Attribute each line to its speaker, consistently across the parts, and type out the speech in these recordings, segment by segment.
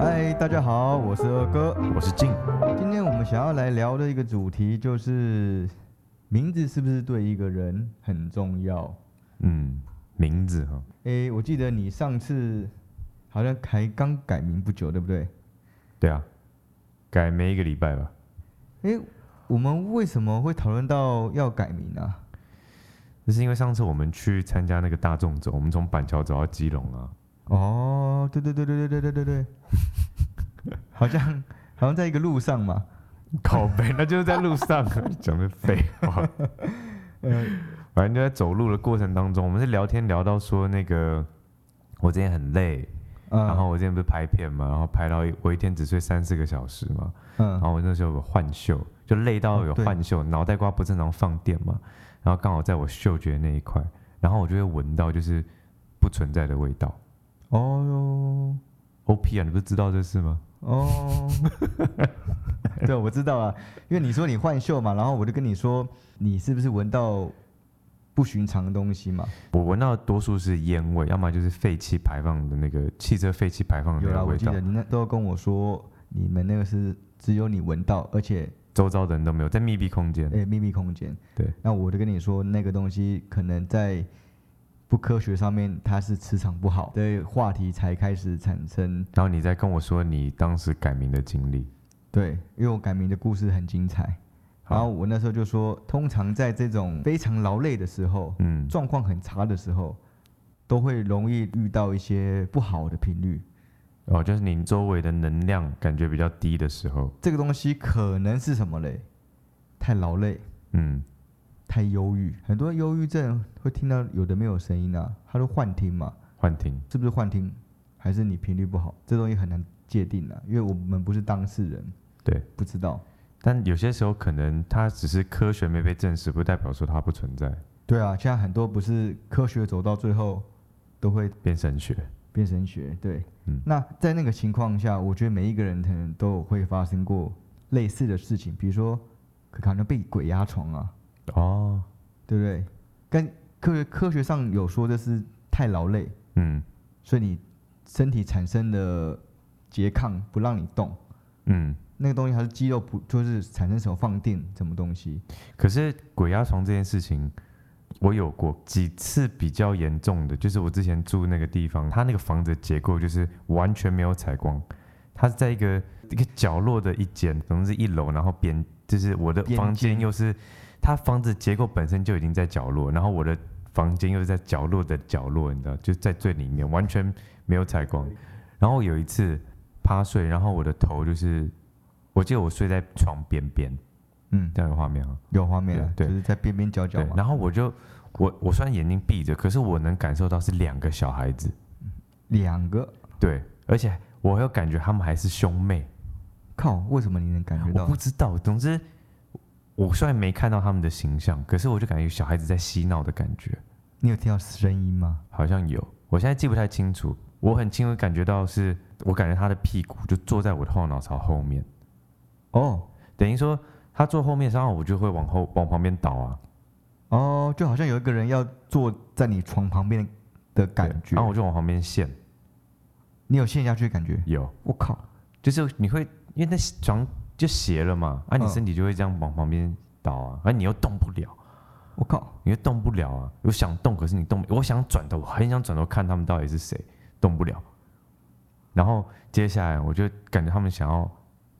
Speaker 1: 哎大家好，我是二哥。
Speaker 2: 我是静。
Speaker 1: 今天我们想要来聊的一个主题就是，名字是不是对一个人很重要？
Speaker 2: 嗯，名字哈，
Speaker 1: 诶，我记得你上次好像才刚改名不久，对不对？
Speaker 2: 对啊，改没一个礼拜吧。
Speaker 1: 诶，哎我们为什么会讨论到要改名啊？
Speaker 2: 这是因为上次我们去参加那个大众走，我们从板桥走到基隆啊。
Speaker 1: 哦，对对对对对对对对对， 好像好像在一个路上嘛。
Speaker 2: 靠背，那就是在路上啊讲的废话。反正就在走路的过程当中，我们是聊天聊到说那个我之前很累，
Speaker 1: 嗯，
Speaker 2: 然后我之前不是拍片嘛，然后拍到一我一天只睡三四个小时嘛，
Speaker 1: 嗯
Speaker 2: 然，后我那时候有换袖，就累到
Speaker 1: 哦
Speaker 2: 有
Speaker 1: 对
Speaker 2: 换袖，脑袋瓜不正常放电嘛，然后刚好在我嗅觉那一块，然后我就会闻到就是不存在的味道。
Speaker 1: 哦
Speaker 2: O P 啊，你不是知道这事吗？
Speaker 1: 哦， 对，我知道啊，因为你说你换袖嘛，然后我就跟你说，你是不是闻到不寻常的东西嘛？
Speaker 2: 我闻到的多数是烟味，要么就是废气排放的那个汽车废气排放的
Speaker 1: 有
Speaker 2: 哦那
Speaker 1: 啦，
Speaker 2: 个
Speaker 1: 我
Speaker 2: 味
Speaker 1: 记
Speaker 2: 道
Speaker 1: 得，你那都要跟我说，你们那个是只有你闻到，而且
Speaker 2: 周遭的人都没有，在密闭空间。
Speaker 1: 诶、秘密空间。
Speaker 2: 对，
Speaker 1: 那我就跟你说，那个东西可能在不科学上面，它是磁场不好的话题才开始产生。
Speaker 2: 然后你再跟我说你当时改名的经历，
Speaker 1: 对，因为我改名的故事很精彩。然后
Speaker 2: 好，
Speaker 1: 我那时候就说，通常在这种非常劳累的时候，
Speaker 2: 嗯，
Speaker 1: 状况很差的时候，都会容易遇到一些不好的频率。
Speaker 2: 哦，就是你周围的能量感觉比较低的时候，
Speaker 1: 这个东西可能是什么嘞？太劳累，
Speaker 2: 嗯，
Speaker 1: 太忧郁，很多忧郁症会听到有的没有声音啊，他都幻听嘛，
Speaker 2: 幻听，
Speaker 1: 是不是幻听？还是你频率不好？这东西很难界定啊，因为我们不是当事人，
Speaker 2: 对。
Speaker 1: 不知道。
Speaker 2: 但有些时候可能它只是科学没被证实，不代表说它不存在，
Speaker 1: 对啊，现在很多不是科学走到最后都会
Speaker 2: 变神学。
Speaker 1: 变神学，对。
Speaker 2: 嗯
Speaker 1: 那在那个情况下，我觉得每一个人可能都会发生过类似的事情，比如说可能被鬼压床啊，
Speaker 2: 哦，
Speaker 1: 对不对？跟科学科学上有说这是太劳累，
Speaker 2: 嗯
Speaker 1: 所以你身体产生的拮抗不让你动，
Speaker 2: 嗯。
Speaker 1: 那个东西还是肌肉不就是产生什么放电什么东西？
Speaker 2: 可是鬼压床这件事情，我有过几次比较严重的，就是我之前住那个地方，它那个房子的结构就是完全没有采光，它是在一个一个角落的一间，总之是一楼，然后边就是我的
Speaker 1: 边
Speaker 2: 房间
Speaker 1: 间
Speaker 2: 又是它房子结构本身就已经在角落，然后我的房间又是在角落的角落，你知道，就在最里面，完全没有采光。然后有一次趴睡，然后我的头就是，我记得我睡在床边边，
Speaker 1: 嗯，
Speaker 2: 这样有画面啊。
Speaker 1: 有画面啊，
Speaker 2: 对对
Speaker 1: 就是在边边角角啊
Speaker 2: 对，
Speaker 1: 嘛。
Speaker 2: 然后我就我我虽然眼睛闭着，可是我能感受到是两个小孩子，
Speaker 1: 两个
Speaker 2: 对，而且我有感觉他们还是兄妹，
Speaker 1: 靠，为什么你能感觉
Speaker 2: 我
Speaker 1: 到
Speaker 2: 不？知道。总之，我虽然没看到他们的形象，可是我就感觉有小孩子在嬉闹的感觉，
Speaker 1: 你有听到声音吗？
Speaker 2: 好像有。我现在记不太清楚，我很清楚感觉到是，我感觉他的屁股就坐在我的后脑勺后面，
Speaker 1: 哦
Speaker 2: 等于说他坐后面，然后我就会往后往旁边倒啊，
Speaker 1: 哦，就好像有一个人要坐在你床旁边的感
Speaker 2: 对
Speaker 1: 觉，
Speaker 2: 然后我就往旁边陷，
Speaker 1: 你有陷下去的感觉？
Speaker 2: 有。
Speaker 1: 我靠！
Speaker 2: 就是你会因为那床就斜了嘛，啊，你
Speaker 1: 嗯
Speaker 2: 身体就会这样往旁边倒啊，啊，你又动不了，
Speaker 1: 我靠！
Speaker 2: 你又动不了啊，我想动，可是你动不，我想转头，我很想转头看他们到底是谁，动不了。然后接下来我就感觉他们想要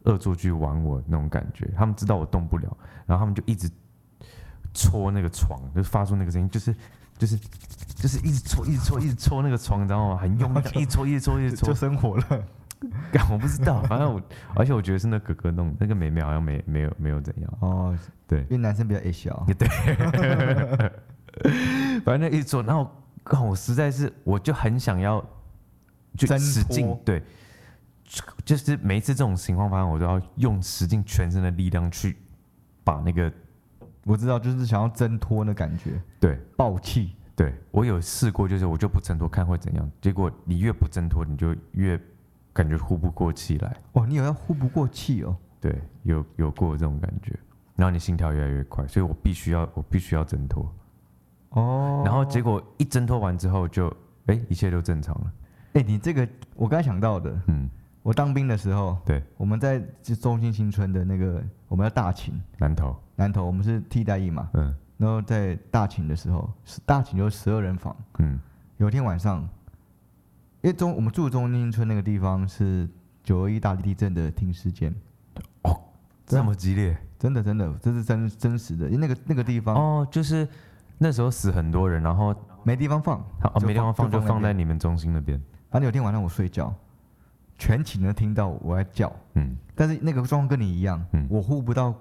Speaker 2: 恶作剧玩我那种感觉，他们知道我动不了，然后他们就一直戳那个床，就发出那个声音，就是就是就是一直戳，一直戳，一直戳那个床，然后很用力，一直戳，一直戳，一直戳，
Speaker 1: 生活了。
Speaker 2: 干我不知道，反正我，而且我觉得是那哥哥弄的，那个妹妹好像没没有没有怎样，
Speaker 1: 哦，
Speaker 2: 对
Speaker 1: 因，为男生比较矮小。
Speaker 2: 反正一直做，然后干我实在是我就很想要就
Speaker 1: 挣
Speaker 2: 使劲
Speaker 1: 脱，
Speaker 2: 对，就是每一次这种情况发生，我都要用使尽全身的力量去把那个，
Speaker 1: 我知道，就是想要挣脱的感觉，
Speaker 2: 对
Speaker 1: 暴气。
Speaker 2: 对，我有试过，就是我就不挣脱看会怎样，结果你越不挣脱，你就越感觉呼不过气来，
Speaker 1: 哦，你有要呼不过气哦。
Speaker 2: 对，有有过这种感觉，然后你心跳越来越快，所以我必须要我必须要挣脱。
Speaker 1: 哦
Speaker 2: 然后结果一挣脱完之后就，哎，一切都正常了。
Speaker 1: 哎、你这个我刚才想到的，
Speaker 2: 嗯，
Speaker 1: 我当兵的时候，
Speaker 2: 对，
Speaker 1: 我们在就中心新村的那个，我们要大寝
Speaker 2: 南投，
Speaker 1: 南头，我们是替代役嘛，
Speaker 2: 嗯
Speaker 1: 然后在大寝的时候，是大寝有十二人房，
Speaker 2: 嗯
Speaker 1: 有一天晚上，因为中我们住中心新村那个地方是九二一大地震的停尸间，
Speaker 2: 哦，
Speaker 1: 对啊
Speaker 2: 这么激烈
Speaker 1: 真的真的，这是真真实的，因为那个那个地方、
Speaker 2: 哦，就是那时候死很多人，然后
Speaker 1: 没地方放，
Speaker 2: 他哦
Speaker 1: 就
Speaker 2: 没地方放就放
Speaker 1: 那
Speaker 2: 在
Speaker 1: 边
Speaker 2: 你们中心那边，
Speaker 1: 反正有天晚上我睡觉，全寝能听到我在叫，
Speaker 2: 嗯，
Speaker 1: 但是那个状况跟你一样，
Speaker 2: 嗯
Speaker 1: 我呼不到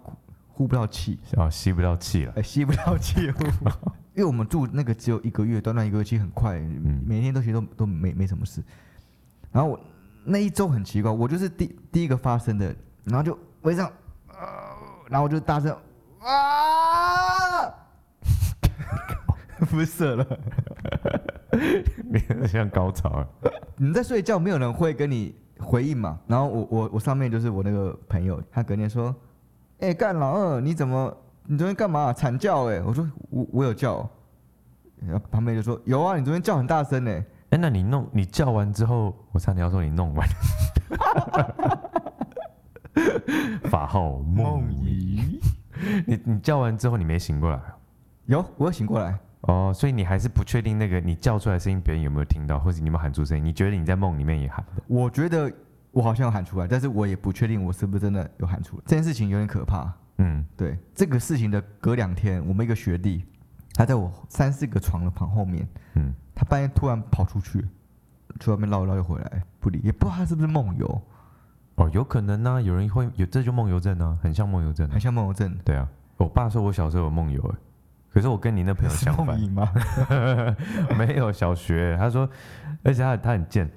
Speaker 1: 呼不到气，
Speaker 2: 哦吸不到气了
Speaker 1: 哎、，吸不到气， 呼不到因为我们住那个只有一个月，短短一个月，其实很快，
Speaker 2: 嗯
Speaker 1: 每天都其实都都没没什么事。然后我那一周很奇怪，我就是第第一个发生的，然后就我一上，呃然后我就大声啊， 不是了。
Speaker 2: 你像高潮了，
Speaker 1: 你在睡觉，没有人会跟你回应嘛。然后我我我上面就是我那个朋友，他隔天说：“哎、干老二，你怎么你昨天干嘛、惨叫哎、我说：“我我有叫哦。”然后旁边就说：“有啊，你昨天叫很大声哎、
Speaker 2: 哎，那你弄你叫完之后，我差点要说你弄完， 法号梦遗，你你叫完之后你没醒过来啊
Speaker 1: 有，我有醒过来。
Speaker 2: 哦，所以你还是不确定那个你叫出来的声音别人有没有听到，或者你有没有喊出声音？你觉得你在梦里面也喊的？
Speaker 1: 我觉得我好像有喊出来，但是我也不确定我是不是真的有喊出来。这件事情有点可怕。
Speaker 2: 嗯，
Speaker 1: 对这个事情的隔两天，我们一个学弟，他在我三四个床的旁后面，
Speaker 2: 嗯，
Speaker 1: 他半夜突然跑出去，去外面绕一绕又回来，不理，也不知道他是不是梦游，
Speaker 2: 哦，有可能呢、有人会有，这就梦游症啊，很像梦游症、啊
Speaker 1: 很。像梦游症，
Speaker 2: 对啊，我爸说我小时候有梦游、欸，可是我跟你那朋友
Speaker 1: 是
Speaker 2: 相
Speaker 1: 梦
Speaker 2: 反，
Speaker 1: 遗 吗？
Speaker 2: 没有小学、他说，而且他他很贱，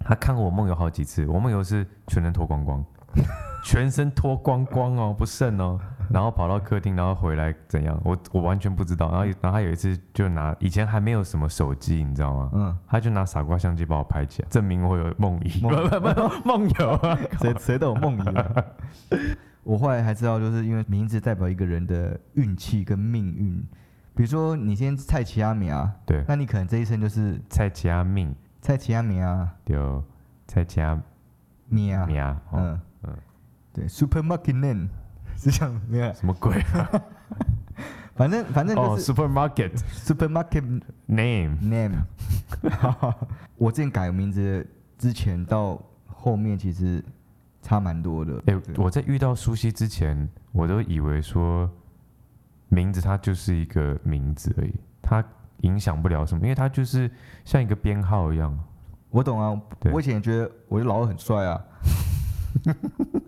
Speaker 2: 他看过我梦游好几次，我梦游是全身脱光 光，全身脱光光哦，不剩哦，然后跑到客厅，然后回来怎样，我我完全不知道，然后然后他有一次就拿以前还没有什么手机，你知道吗？
Speaker 1: 嗯，
Speaker 2: 他就拿傻瓜相机把我拍起来，证明我有梦遗，不
Speaker 1: 梦
Speaker 2: 不不 梦游啊，
Speaker 1: 谁谁都有梦遗啊。 我后来还知道，就是因为名字代表一个人的运气跟命运。比如说，你今天是蔡奇阿米啊，
Speaker 2: 对，
Speaker 1: 那你可能这一生就是
Speaker 2: 蔡奇阿命
Speaker 1: 蔡奇阿米啊，
Speaker 2: 就蔡奇阿
Speaker 1: 米啊，
Speaker 2: 米啊，哦
Speaker 1: 嗯嗯，对，supermarket name 是这样没有啦，
Speaker 2: 什么鬼啊？
Speaker 1: 反正反正
Speaker 2: 哦
Speaker 1: 就是
Speaker 2: ，supermarket
Speaker 1: supermarket
Speaker 2: name，
Speaker 1: name。我之前改名字之前到后面其实差蛮多的。
Speaker 2: 哎、
Speaker 1: 对
Speaker 2: 我在遇到苏西之前，我都以为说名字它就是一个名字而已，它影响不了什么，因为它就是像一个编号一样。
Speaker 1: 我懂啊，
Speaker 2: 对
Speaker 1: 我以前也觉得我觉得老二很帅啊，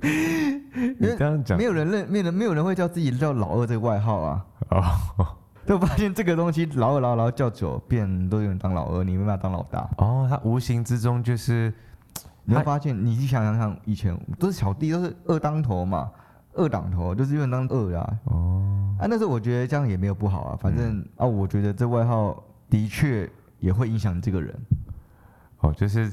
Speaker 2: 你这样讲
Speaker 1: 没有人认，没有人，没有人会叫自己叫老二这个外号啊。
Speaker 2: 哦
Speaker 1: 就发现这个东西老二老二老二叫久，变都有人当老二，你没办法当老大。
Speaker 2: 哦，它无形之中就是
Speaker 1: 你会发现，你去想想看，以前都是小弟，都是二当头嘛，二档头就是有人当二的啊。
Speaker 2: 哦，嗯
Speaker 1: 啊，那时候我觉得这样也没有不好啊，反正、啊，我觉得这外号的确也会影响这个人。
Speaker 2: 哦，就是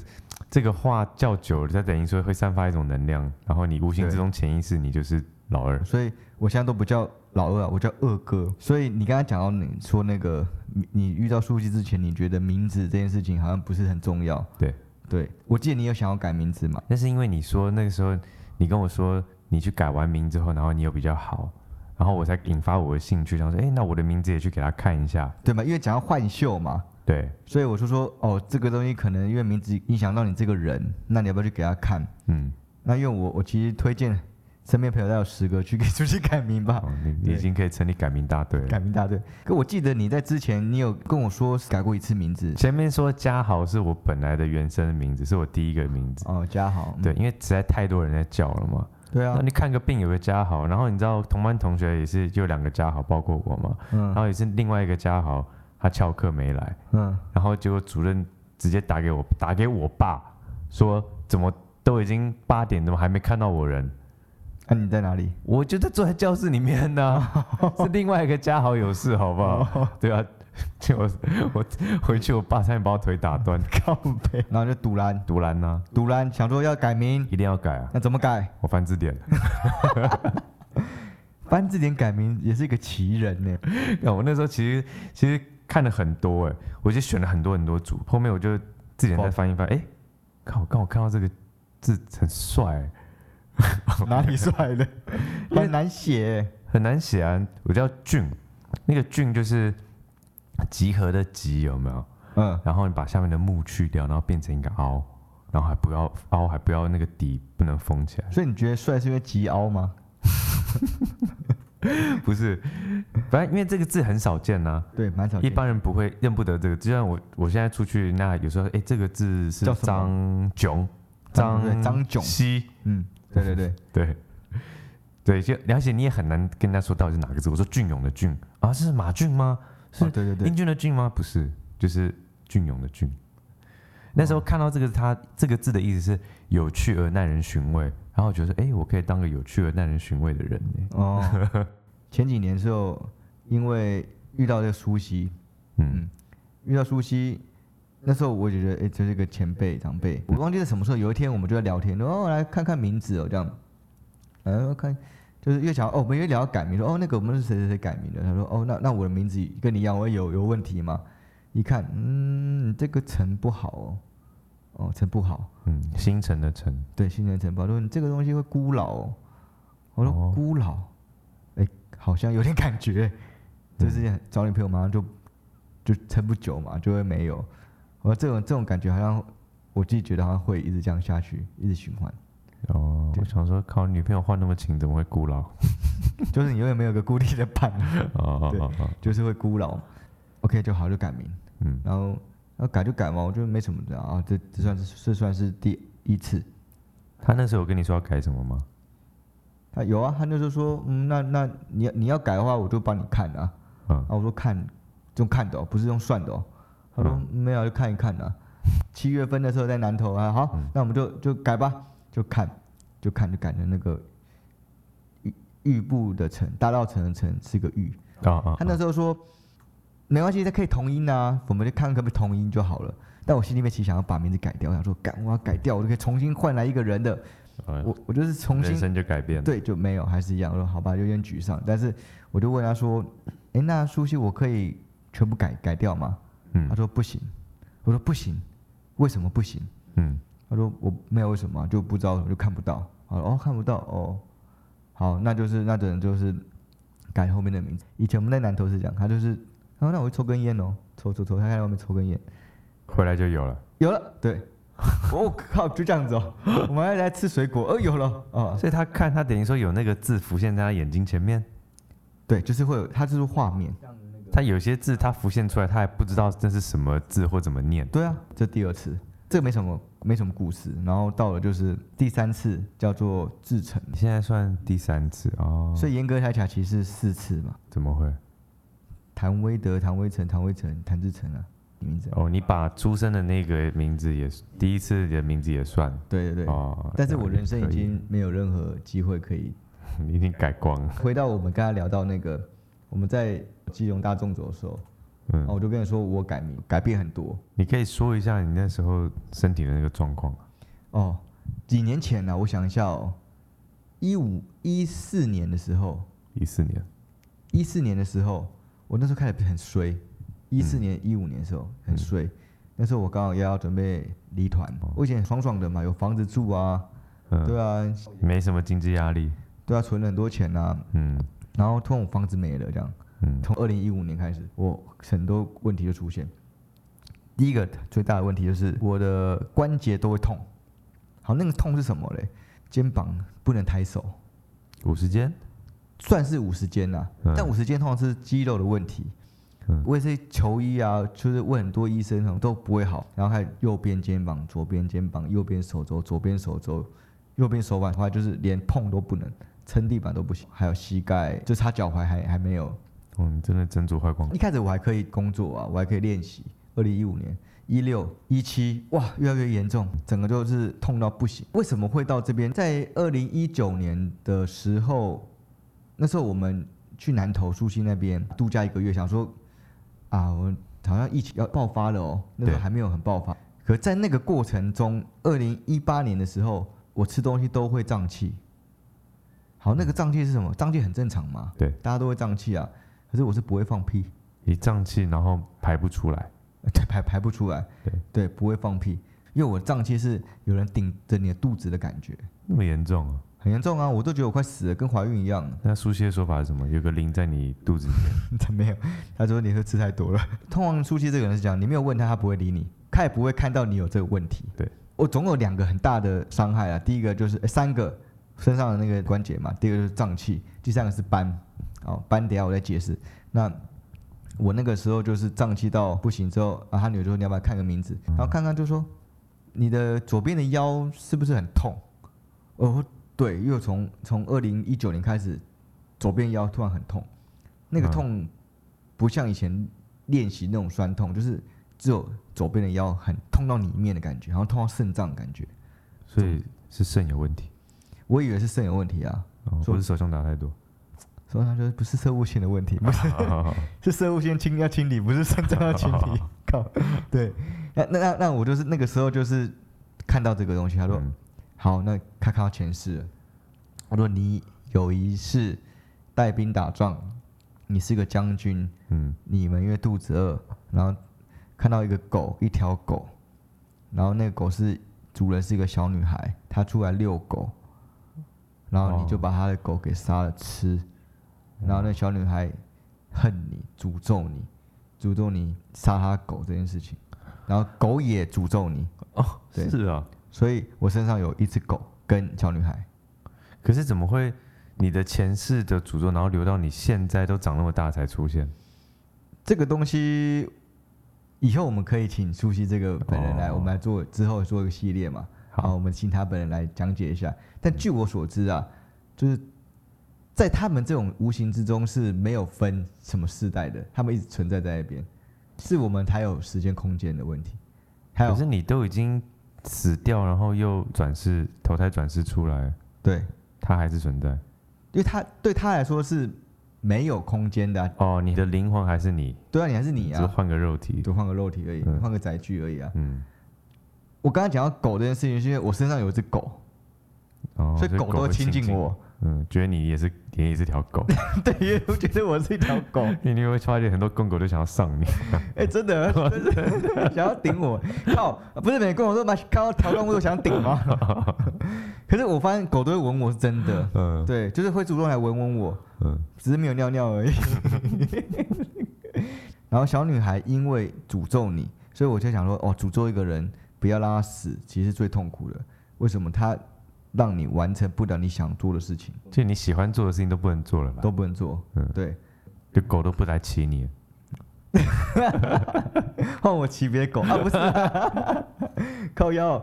Speaker 2: 这个话叫久了，它等于说会散发一种能量，然后你无形之中潜意识你就是老二。
Speaker 1: 所以我现在都不叫老二啊，我叫二哥。所以你刚才讲到你说那个，你你遇到书记之前，你觉得名字这件事情好像不是很重要。
Speaker 2: 对，
Speaker 1: 对我记得你有想要改名字嘛？
Speaker 2: 那是因为你说那个时候，你跟我说你去改完名之后，然后你又比较好，然后我才引发我的兴趣，想说，哎、那我的名字也去给他看一下。
Speaker 1: 对嘛？因为讲到换秀嘛，
Speaker 2: 对，
Speaker 1: 所以我就说哦，这个东西可能因为名字影响到你这个人，那你要不要去给他看？
Speaker 2: 嗯，
Speaker 1: 那因为我我其实推荐身边朋友大概有十个去给出去改名吧。
Speaker 2: 哦，你你已
Speaker 1: 对
Speaker 2: 经可以成立改名大队了。
Speaker 1: 改名大队，可我记得你在之前，你有跟我说改过一次名字
Speaker 2: 前面说嘉豪是我本来的原生的名字，是我第一个名字。
Speaker 1: 哦，嘉豪，嗯
Speaker 2: 对，因为实在太多人在叫了嘛。
Speaker 1: 对
Speaker 2: 那
Speaker 1: 啊，
Speaker 2: 你看个病有个嘉豪，然后你知道同班同学也是就两个嘉豪，包括我嘛，然
Speaker 1: 嗯
Speaker 2: 后也是另外一个嘉豪，他翘课没来，
Speaker 1: 嗯，
Speaker 2: 然后结果主任直接打给我，打给我爸说怎么都已经八点，怎么还没看到我人？
Speaker 1: 那、啊你在哪里？
Speaker 2: 我就在坐在教室里面呢、 是另外一个家好有事，好不
Speaker 1: 哦
Speaker 2: 好？对啊，就我我回去，我爸差点把我腿打断，
Speaker 1: 靠背，然后就堵拦，
Speaker 2: 独蓝呢、
Speaker 1: 堵拦，想说要改名，
Speaker 2: 一定要改啊！
Speaker 1: 那怎么改？
Speaker 2: 我翻字典，
Speaker 1: 翻字典改名也是一个奇人 呢。
Speaker 2: 那我那时候其实其实看了很多哎、我就选了很多很多组，后面我就字典再翻一翻，哎、看我刚我看到这个字很帅、欸
Speaker 3: 哪里帅的？
Speaker 1: 很难写欸，
Speaker 2: 很难写啊。我叫俊，那个俊就是集合的集，有没有？
Speaker 1: 嗯，
Speaker 2: 然后你把下面的木去掉，然后变成一个凹，然后还不要凹，还不要那个底不能封起来。
Speaker 1: 所以你觉得帅是因为吉凹吗？
Speaker 2: 不是，反正因为这个字很少见呐、
Speaker 1: 对，蛮少
Speaker 2: 一
Speaker 1: 见的。
Speaker 2: 般人不会认不得这个。就像我，我现在出去，那有时候，哎、这个字是
Speaker 1: 叫什么
Speaker 2: 张炯，
Speaker 1: 张对张炯
Speaker 2: 西，
Speaker 1: 嗯，对对对，
Speaker 2: 对，对，就而且你也很难跟他说到底是哪个字。我说俊勇的俊啊，是马俊吗？是
Speaker 1: 哦对对对
Speaker 2: 英俊的俊吗？不是，就是俊勇的俊。那时
Speaker 1: 哦
Speaker 2: 候看到这个，他这个字的意思是有趣而耐人寻味，然后我觉得，哎、我可以当个有趣而耐人寻味的人呢。
Speaker 1: 哦， 前几年的时候，因为遇到这个苏西，
Speaker 2: 嗯
Speaker 1: 遇到苏西，那时候我觉得，哎、这是个前辈长辈，我忘记是什么时候，有一天我们就在聊天，说哦，来看看名字哦，这样，嗯，看，就是越想，哦，我们越聊到改名，说哦，那个我们是谁谁谁改名的，他说哦，那那我的名字跟你一样，我有有问题吗？一看，嗯，这个陈不好哦，哦，陈不好，
Speaker 2: 嗯，星辰的辰，
Speaker 1: 对，新人城堡说你这个东西会孤老、哦，我说
Speaker 2: 哦
Speaker 1: 孤老，哎、好像有点感 觉，
Speaker 2: 嗯
Speaker 1: 就是找女朋友马上就就撑不久嘛，就会没有。我说这种这种感觉好像我自己觉得好像会一直这样下去，一直循环，
Speaker 2: 哦，我想说，靠，女朋友换那么勤，怎么会孤 老？
Speaker 1: 就是你永远没有个固定的伴，
Speaker 2: 哦哦哦，
Speaker 1: 就是会孤老。OK，就好就改名，
Speaker 2: 嗯
Speaker 1: 然后要改就改嘛，我觉得没什么的啊，这这算是这算是第一次。
Speaker 2: 他那时候有跟你说要改什么吗？
Speaker 1: 他有啊，他那时候说，嗯，那那你你要改的话，我就帮你看啊。
Speaker 2: 嗯
Speaker 1: 啊，，我说看，用看的、哦，不是用算的哦。他说、
Speaker 2: 嗯
Speaker 1: 没有，就看一看啦、七月份的时候在南投啊，好，
Speaker 2: 嗯
Speaker 1: 那我们就就改吧，就看，就看，就改成那个玉玉部的城，大道城的城是个玉。
Speaker 2: 啊啊
Speaker 1: 他，那时候说没关系，它可以同音啊，我们就看可不可以同音就好了。但我心里面其实想要把名字改掉，我想说改我要改掉，我就可以重新换来一个人的，
Speaker 2: 嗯
Speaker 1: 我我就是重新
Speaker 2: 人生就改变了。
Speaker 1: 对，就没有，还是一样。我说好吧，有点沮丧。但是我就问他说：“诶，那苏西我可以全部改改掉吗？”
Speaker 2: 嗯
Speaker 1: 他说不行。我说不行，为什么不行？
Speaker 2: 嗯，
Speaker 1: 他说我没有为什么啊，就不知道，我就看不到。好哦，看不到哦。好，那就是那只能就是改后面的名字。以前我们在南投是这样，他就是，他说那我去抽根烟哦，抽抽抽，他在外面抽根烟。
Speaker 2: 回来就有了。
Speaker 1: 有了，对， 我、靠，就这样子哦。我们还来吃水果，哦，有了，哦，
Speaker 2: 所以他看，他等于说有那个字浮现在他眼睛前面，
Speaker 1: 对，就是会有，它就是画面。
Speaker 2: 他有些字他浮现出来，他还不知道这是什么字或怎么念。
Speaker 1: 对啊，这第二次，这没什么没什么故事。然后到了就是第三次，叫做制成，
Speaker 2: 你现在算第三次哦，
Speaker 1: 所以严格来讲其实是四次嘛。
Speaker 2: 怎么会？
Speaker 1: 谭威德、谭威成、谭威成、谭志成啊，你名字啊、
Speaker 2: 哦，你把出生的那个名字也第一次的名字也算
Speaker 1: 对对对。
Speaker 2: 哦。
Speaker 1: 但是我人生
Speaker 2: 可
Speaker 1: 已
Speaker 2: 以
Speaker 1: 经没有任何机会可以
Speaker 2: 你 已经改光了，
Speaker 1: 回到我们刚才聊到那个，我们在基隆大众走的时候，
Speaker 2: 嗯
Speaker 1: 啊，，我就跟你说我改名改变很多
Speaker 2: 你可以说一下你那时候身体的那个状况啊
Speaker 1: 哦。几年前呢、我想一下哦，一五一四年的时候，
Speaker 2: 一四年，
Speaker 1: 一四年的时候，我那时候开始很
Speaker 2: 嗯
Speaker 1: 衰，一四年、一五年的时候很衰。那时候我刚好也要准备离团，我以前爽爽的嘛，有房子住啊，
Speaker 2: 哦嗯，
Speaker 1: 对啊，
Speaker 2: 没什么经济压力，
Speaker 1: 对啊，存了很多钱啊。
Speaker 2: 嗯
Speaker 1: 然后突然我房子没了，这样，
Speaker 2: 嗯
Speaker 1: 从二零一五年开始，我很多问题就出现。第一个最大的问题就是我的关节都会痛，好，那个痛是什么嘞？肩膀不能抬手，
Speaker 2: 五十间，
Speaker 1: 算是五十肩呐
Speaker 2: 嗯，
Speaker 1: 但五十肩通常是肌肉的问题。
Speaker 2: 嗯
Speaker 1: 我也是求医啊，就是问很多医生，什么都不会好。然后看右边肩膀、左边肩膀、右边手肘、左边手肘、右边手腕的话，就是连碰都不能，撑地板都不行。还有膝盖，就差脚踝还还没有。
Speaker 2: 嗯，真的真主坏光，
Speaker 1: 一开始我还可以工作啊，我还可以练习。二零一五年、一六、一七，哇，越来越严重，整个就是痛到不行。为什么会到这边？在二零一九年的时候，那时候我们去南投苏溪那边度假一个月，想说啊，我好像疫情要爆发了哦，那时候
Speaker 2: 对
Speaker 1: 还没有很爆发。可在那个过程中，二零一八年的时候，我吃东西都会胀气。好，那个胀气是什么？胀气很正常嘛，
Speaker 2: 嗯对，
Speaker 1: 大家都会胀气啊。可是我是不会放屁，
Speaker 2: 一胀气然后排不出来，
Speaker 1: 对，排排不出来，
Speaker 2: 对
Speaker 1: 不会放屁。因为我胀气是有人顶着你的肚子的感觉，
Speaker 2: 那么严重啊？
Speaker 1: 很严重啊！我都觉得我快死了，跟怀孕一样。
Speaker 2: 那苏西的说法是什么？有个灵在你肚子里面，
Speaker 1: 没有，他说你是吃太多了。通常初期这个人是这样，你没有问他，他不会理你，他也不会看到你有这个问题。
Speaker 2: 对，
Speaker 1: 我总有两个很大的伤害啊，第一个就是、呃三个身上的那个关节嘛，第二个就是胀气，第三个是斑。好，斑等一下我再解释。那我那个时候就是胀气到不行之后，啊，他女儿就说你要不要看个名字，然后看看就说你的左边的腰是不是很痛？哦，对，因为我从从二零一九年开始，左边腰突然很痛，那个
Speaker 2: 嗯
Speaker 1: 痛不像以前练习那种酸痛，就是只有左边的腰很痛到里面的感觉，好像痛到肾脏的感觉。
Speaker 2: 所以是肾有问题，
Speaker 1: 我以为是肾有问题啊，
Speaker 2: 哦，
Speaker 1: 说
Speaker 2: 不是手枪打 太多。
Speaker 1: 所以他说不是射物线的问题， 不是是社会先清要清理，不是肾脏要清理。靠，对，那那那那我就是那个时候就是看到这个东西，他说、
Speaker 2: 嗯
Speaker 1: 好，那他看到前世了，我说你有一世带兵打仗，你是个将军，
Speaker 2: 嗯，
Speaker 1: 你们因为肚子饿，然后看到一个狗，一条狗，然后那个狗是主人是一个小女孩，她出来遛狗，然后你就
Speaker 2: 哦
Speaker 1: 把她的狗给杀了吃，然后那小女孩恨你，诅咒你，诅咒你杀她狗这件事情，然后狗也诅咒你，
Speaker 2: 哦，
Speaker 1: 对
Speaker 2: 是啊。
Speaker 1: 所以我身上有一只狗跟小女孩，
Speaker 2: 可是怎么会你的前世的诅咒，然后留到你现在都长那么大才出现？
Speaker 1: 这个东西。以后我们可以请苏西这个本人来，
Speaker 2: 哦
Speaker 1: 我们来做之后做一个系列嘛。好，
Speaker 2: 好
Speaker 1: 我们请他本人来讲解一下。但据我所知啊，就是在他们这种无形之中是没有分什么世代的，他们一直存在在那边，是我们才有时间空间的问题。还
Speaker 2: 可
Speaker 1: 有
Speaker 2: 是你都已经死掉，然后又转世投胎转世出来，
Speaker 1: 对，
Speaker 2: 它还是存在。
Speaker 1: 因为他对他来说是没有空间的、啊，
Speaker 2: 哦，你的灵魂还是你，
Speaker 1: 对啊，你还是你
Speaker 2: 只是
Speaker 1: 啊，
Speaker 2: 换个肉体。
Speaker 1: 就换个肉体而已，
Speaker 2: 嗯
Speaker 1: 换个载具而已啊。
Speaker 2: 嗯，
Speaker 1: 我刚才讲到狗这件事情，是因为我身上有一只狗，
Speaker 2: 哦，
Speaker 1: 所以狗都
Speaker 2: 会
Speaker 1: 会亲近我。
Speaker 2: 嗯，觉得你也是，你也是条狗，
Speaker 1: 对，因为我觉得我是一条狗。
Speaker 2: 你你会发现很多公狗都想要上你。
Speaker 1: 哎、真的，真的想要顶我，靠，不是每个跟我说嘛，看到条动物都想顶吗？可是我发现狗都会闻我，是真的，
Speaker 2: 嗯
Speaker 1: 对，就是会主动来闻闻我，
Speaker 2: 嗯，
Speaker 1: 只是没有尿尿而已。然后小女孩因为诅咒你，所以我就想说，哦，诅咒一个人不要让他死，其实是最痛苦的。为什么他让你完成不了你想做的事情，
Speaker 2: 就你喜欢做的事情都不能做了吧？
Speaker 1: 都不能做？
Speaker 2: 嗯
Speaker 1: 对，
Speaker 2: 就狗都不来骑你了。
Speaker 1: 换我骑别的狗啊，不是、 靠腰，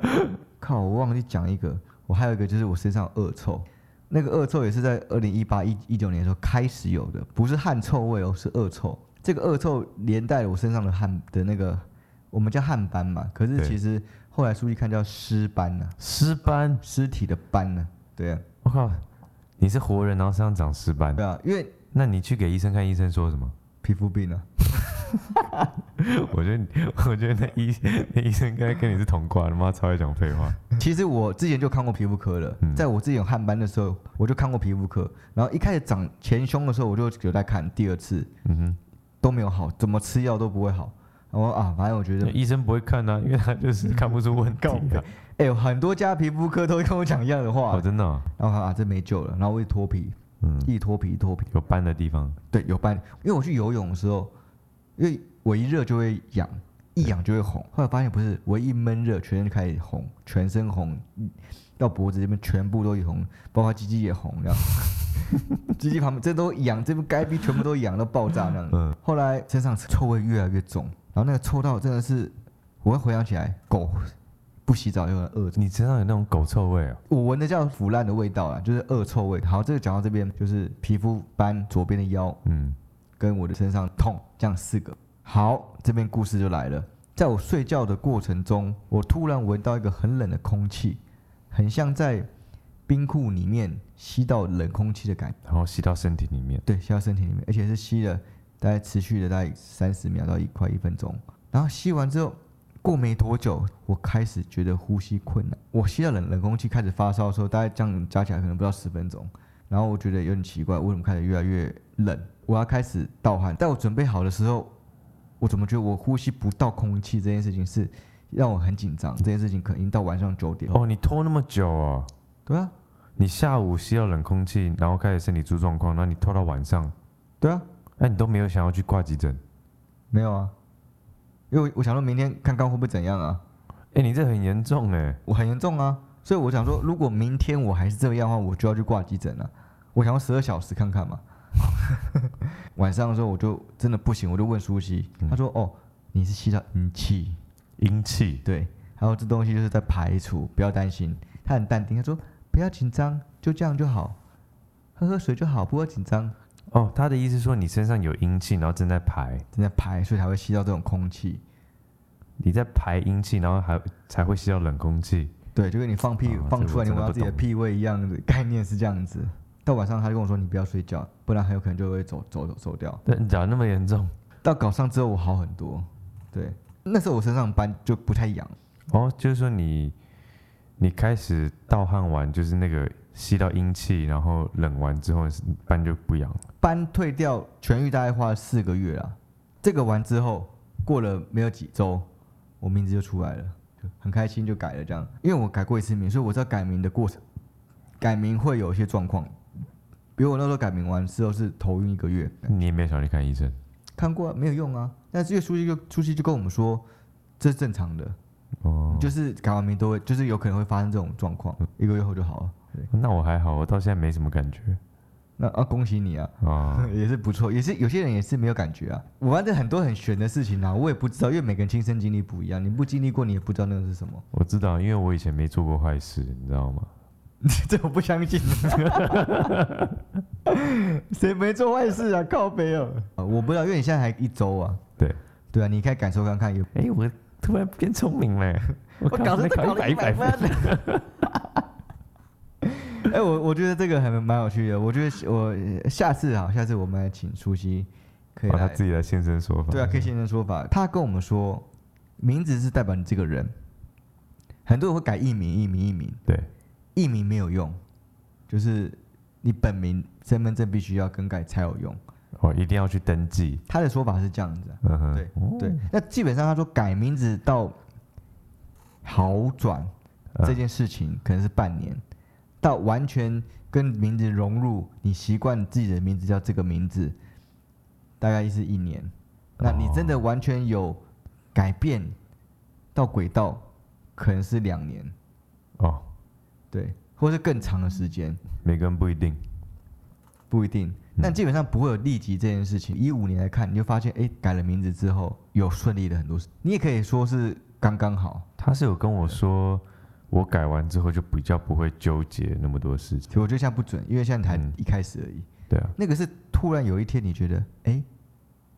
Speaker 1: 靠，我忘记讲一个，我还有一个就是我身上有恶臭，那个恶臭也是在二零一八一一九年的时候开始有的，不是汗臭味哦，是恶臭。这个恶臭连带我身上的汗的那个，我们叫汗斑嘛，可是
Speaker 2: 对
Speaker 1: 其实后来书记看叫尸斑呢、
Speaker 2: 尸斑，
Speaker 1: 尸体的斑呢、对啊，
Speaker 2: 我靠，你是活人，然后身上长尸斑
Speaker 1: 对，啊，因为
Speaker 2: 那你去给医生看，医生说什么？
Speaker 1: 皮肤病啊，
Speaker 2: 我觉得你， 我觉得那医那医生应该跟你是同挂的，妈超爱讲废话。
Speaker 1: 其实我之前就看过皮肤科了，
Speaker 2: 嗯
Speaker 1: 在我自己有汗斑的时候，我就看过皮肤科。然后一开始长前胸的时候，我就有在看第二次，
Speaker 2: 嗯哼，
Speaker 1: 都没有好，怎么吃药都不会好。然后啊，反正我觉得
Speaker 2: 那，医生不会看呢、啊，因为他就是看不出问题、
Speaker 3: 告
Speaker 2: 啊
Speaker 3: 白。
Speaker 1: 哎、有很多家皮肤科都会跟我讲一样的话
Speaker 2: 哦，。真的哦、
Speaker 1: 然后啊，这没救了，然后我一直脱皮，
Speaker 2: 嗯，
Speaker 1: 一脱皮一脱皮，
Speaker 2: 有斑的地方，
Speaker 1: 对，有斑。因为我去游泳的时候，因为我一热就会痒，一痒就会红。后来发现不是，我一闷热，全身就开始红，全身红，嗯到脖子这边全部都红，包括鸡鸡也红，这样。 鸡鸡旁边这都痒，这边该逼全部都痒到爆炸那样。
Speaker 2: 嗯
Speaker 1: 后来身上臭味越来越重，然后那个臭到真的是，我会回想起来，狗不洗澡就很恶
Speaker 2: 你身上有那种狗臭味哦。
Speaker 1: 我闻的叫腐烂的味道啊，就是恶臭味。好，这个讲到这边就是皮肤斑、左边的腰
Speaker 2: 嗯，
Speaker 1: 跟我的身上痛，这样四个。好，这边故事就来了。在我睡觉的过程中，我突然闻到一个很冷的空气，很像在冰库里面吸到冷空气的感觉。
Speaker 2: 然后吸到身体里面，
Speaker 1: 对，吸到身体里面，而且是吸了大概持续了大概三十秒到一快一分钟。然后吸完之后，过没多久，我开始觉得呼吸困难。我吸到冷冷空气开始发烧的时候，大概这样加起来可能不到十分钟。然后我觉得有点奇怪，为什么开始越来越冷？我要开始盗汗。在我准备好的时候，我怎么觉得我呼吸不到空气这件事情是让我很紧张。这件事情可能已经到晚上九点。
Speaker 2: 哦，你拖那么久哦，
Speaker 1: 对啊，
Speaker 2: 你下午吸到冷空气，然后开始身体出状况，然后你拖到晚上，
Speaker 1: 对啊，
Speaker 2: 那、你都没有想要去挂急诊？
Speaker 1: 没有啊，因为我我想说明天看看会不会怎样啊，
Speaker 2: 哎、你这很严重哎。
Speaker 1: 我很严重啊，所以我想说，如果明天我还是这样的话，我就要去挂急诊了、我想要十二小时看看嘛。 晚上的时候我就真的不行，我就问舒淇，她说：“哦，你是吸到阴气，
Speaker 2: 阴气，
Speaker 1: 对，还有这东西就是在排除，不要担心。”她很淡定，她说：“不要紧张，就这样就好，喝喝水就好，不要紧张。”
Speaker 2: 哦，他的意思说你身上有阴气，然后正在排，
Speaker 1: 正在排，所以才会吸到这种空气。
Speaker 2: 你在排阴气，然后还才会吸到冷空气。
Speaker 1: 对，就跟你放屁、
Speaker 2: 哦这
Speaker 1: 放
Speaker 2: 个
Speaker 1: 出
Speaker 2: 我
Speaker 1: 来，你闻
Speaker 2: 真的
Speaker 1: 到
Speaker 2: 不
Speaker 1: 自己的
Speaker 2: 懂
Speaker 1: 屁味一样的概念是这样子。到晚上他就跟我说：“你不要睡觉，不然很有可能就会走走走走掉。
Speaker 2: 但假如那么严重，”
Speaker 1: 到早上之后我好很多，对，那时候我身上斑就不太痒，
Speaker 2: 哦，就是说你你开始盗汗完，就是那个吸到阴气，然后冷完之后斑就不痒了。
Speaker 1: 斑退掉痊愈大概花了四个月啦。这个完之后过了没有几周，我名字就出来了，就很开心就改了这样。因为我改过一次名，所以我知道改名的过程，改名会有一些状况。比如我那时候改名完之后是头晕一个月，
Speaker 2: 你也没有想去看医生
Speaker 1: 看过、啊、没有用啊。但是因为书记就书记就跟我们说，这是正常的，
Speaker 2: 哦？
Speaker 1: 就是改完名都会，就是有可能会发生这种状况，一个月后就好了。对，
Speaker 2: 那我还好，我到现在没什么感觉
Speaker 1: 那啊恭喜你啊，。
Speaker 2: 啊
Speaker 1: 也是不错，也是有些人也是没有感觉啊。我玩的很多很玄的事情啊，我也不知道，因为每个人亲身经历不一样，你不经历过，你也不知道那个是什么。
Speaker 2: 我知道，因为我以前没做过坏事，你知道吗？
Speaker 1: 这我不相信， 谁没做坏事啊？靠北哦、啊，我不知道，因为你现在还一周啊，
Speaker 2: 对，
Speaker 1: 对啊，你可以感受看看有。
Speaker 2: 哎、我突然变聪明了， 我
Speaker 1: 我搞
Speaker 2: 考
Speaker 1: 得都
Speaker 2: 考
Speaker 1: 搞了
Speaker 2: 一百一
Speaker 1: 一
Speaker 2: 百
Speaker 1: 百
Speaker 2: 分
Speaker 1: 分。 哎、我我觉得这个还蛮有趣的。我觉得我呃下次好，下次我们来请舒淇可以
Speaker 2: 哦，
Speaker 1: 来，
Speaker 2: 他自己来现身说法。
Speaker 1: 对啊，可以现身说法。他跟我们说，名字是代表你这个人。很多人会改艺名，艺名，艺名，
Speaker 2: 对，
Speaker 1: 艺名没有用，就是你本名、身份证必须要更改才有用。
Speaker 2: 哦，一定要去登记。
Speaker 1: 他的说法是这样子啊、
Speaker 2: 嗯哼，
Speaker 1: 对
Speaker 2: 哦
Speaker 1: 对，那基本上他说改名字到好转
Speaker 2: 嗯
Speaker 1: 这件事情，可能是半年，到完全跟名字融入，你习惯自己的名字叫这个名字，大概是一年。那你真的完全有改变到轨道，可能是两年，
Speaker 2: 哦，
Speaker 1: 对，或是更长的时间，
Speaker 2: 每个人不一定。
Speaker 1: 不一定。但基本上不会有立即这件事情。一五年来看，你就发现，哎、改了名字之后有顺利的很多事，你也可以说是刚刚好。
Speaker 2: 他是有跟
Speaker 1: 啊
Speaker 2: 我说，我改完之后就比较不会纠结那么多事情。
Speaker 1: 其实我觉得现在不准，因为现在才
Speaker 2: 嗯
Speaker 1: 一开始而已。
Speaker 2: 对啊，
Speaker 1: 那个是突然有一天你觉得，哎、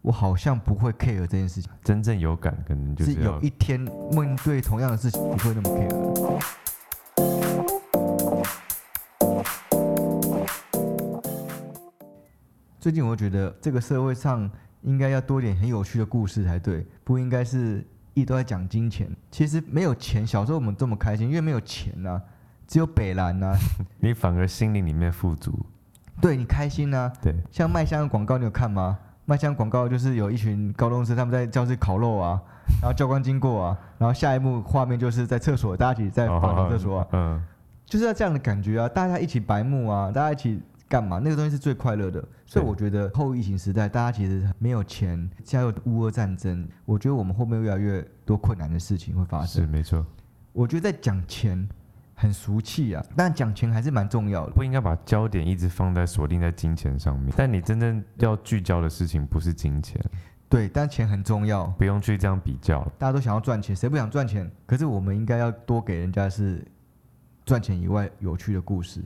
Speaker 1: 我好像不会 care 这件事情，
Speaker 2: 真正有感可能就是是要
Speaker 1: 有一天面对同样的事情不会那么 care 了。最近我觉得这个社会上应该要多一点很有趣的故事才对，不应该是一直都在讲金钱。其实没有钱，小时候我们这么开心，因为没有钱呐、只有北兰呐、
Speaker 2: 你反而心灵里面富足。
Speaker 1: 对你开心呐、啊
Speaker 2: 对，
Speaker 1: 像麦香的广告，你有看吗？麦香广告就是有一群高中生他们在教室烤肉啊，然后教官经过啊，然后下一幕画面就是在厕所，大家一起在法庭厕所啊，
Speaker 2: 哦嗯，
Speaker 1: 就是要这样的感觉啊，大家一起白目啊，大家一起干嘛？那个东西是最快乐的。所以
Speaker 2: 对
Speaker 1: 我觉得后疫情时代，大家其实没有钱，加入乌俄战争，我觉得我们后面越来越多困难的事情会发
Speaker 2: 是
Speaker 1: 生。
Speaker 2: 没错，
Speaker 1: 我觉得在讲钱很俗气啊，但讲钱还是蛮重要的。
Speaker 2: 不应该把焦点一直放在锁定在金钱上面。但你真正要聚焦的事情不是金钱，
Speaker 1: 对，但钱很重要。
Speaker 2: 不用去这样比较。
Speaker 1: 大家都想要赚钱，谁不想赚钱？可是我们应该要多给人家是赚钱以外有趣的故事。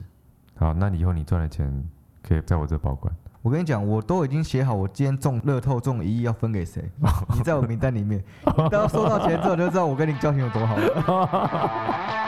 Speaker 2: 好，那以后你赚的钱可以在我这保管。
Speaker 1: 我跟你讲，我都已经写好，我今天中乐透中一亿要分给谁，你在我名单里面。你到时候收到钱之后，就知道我跟你交情有多好了。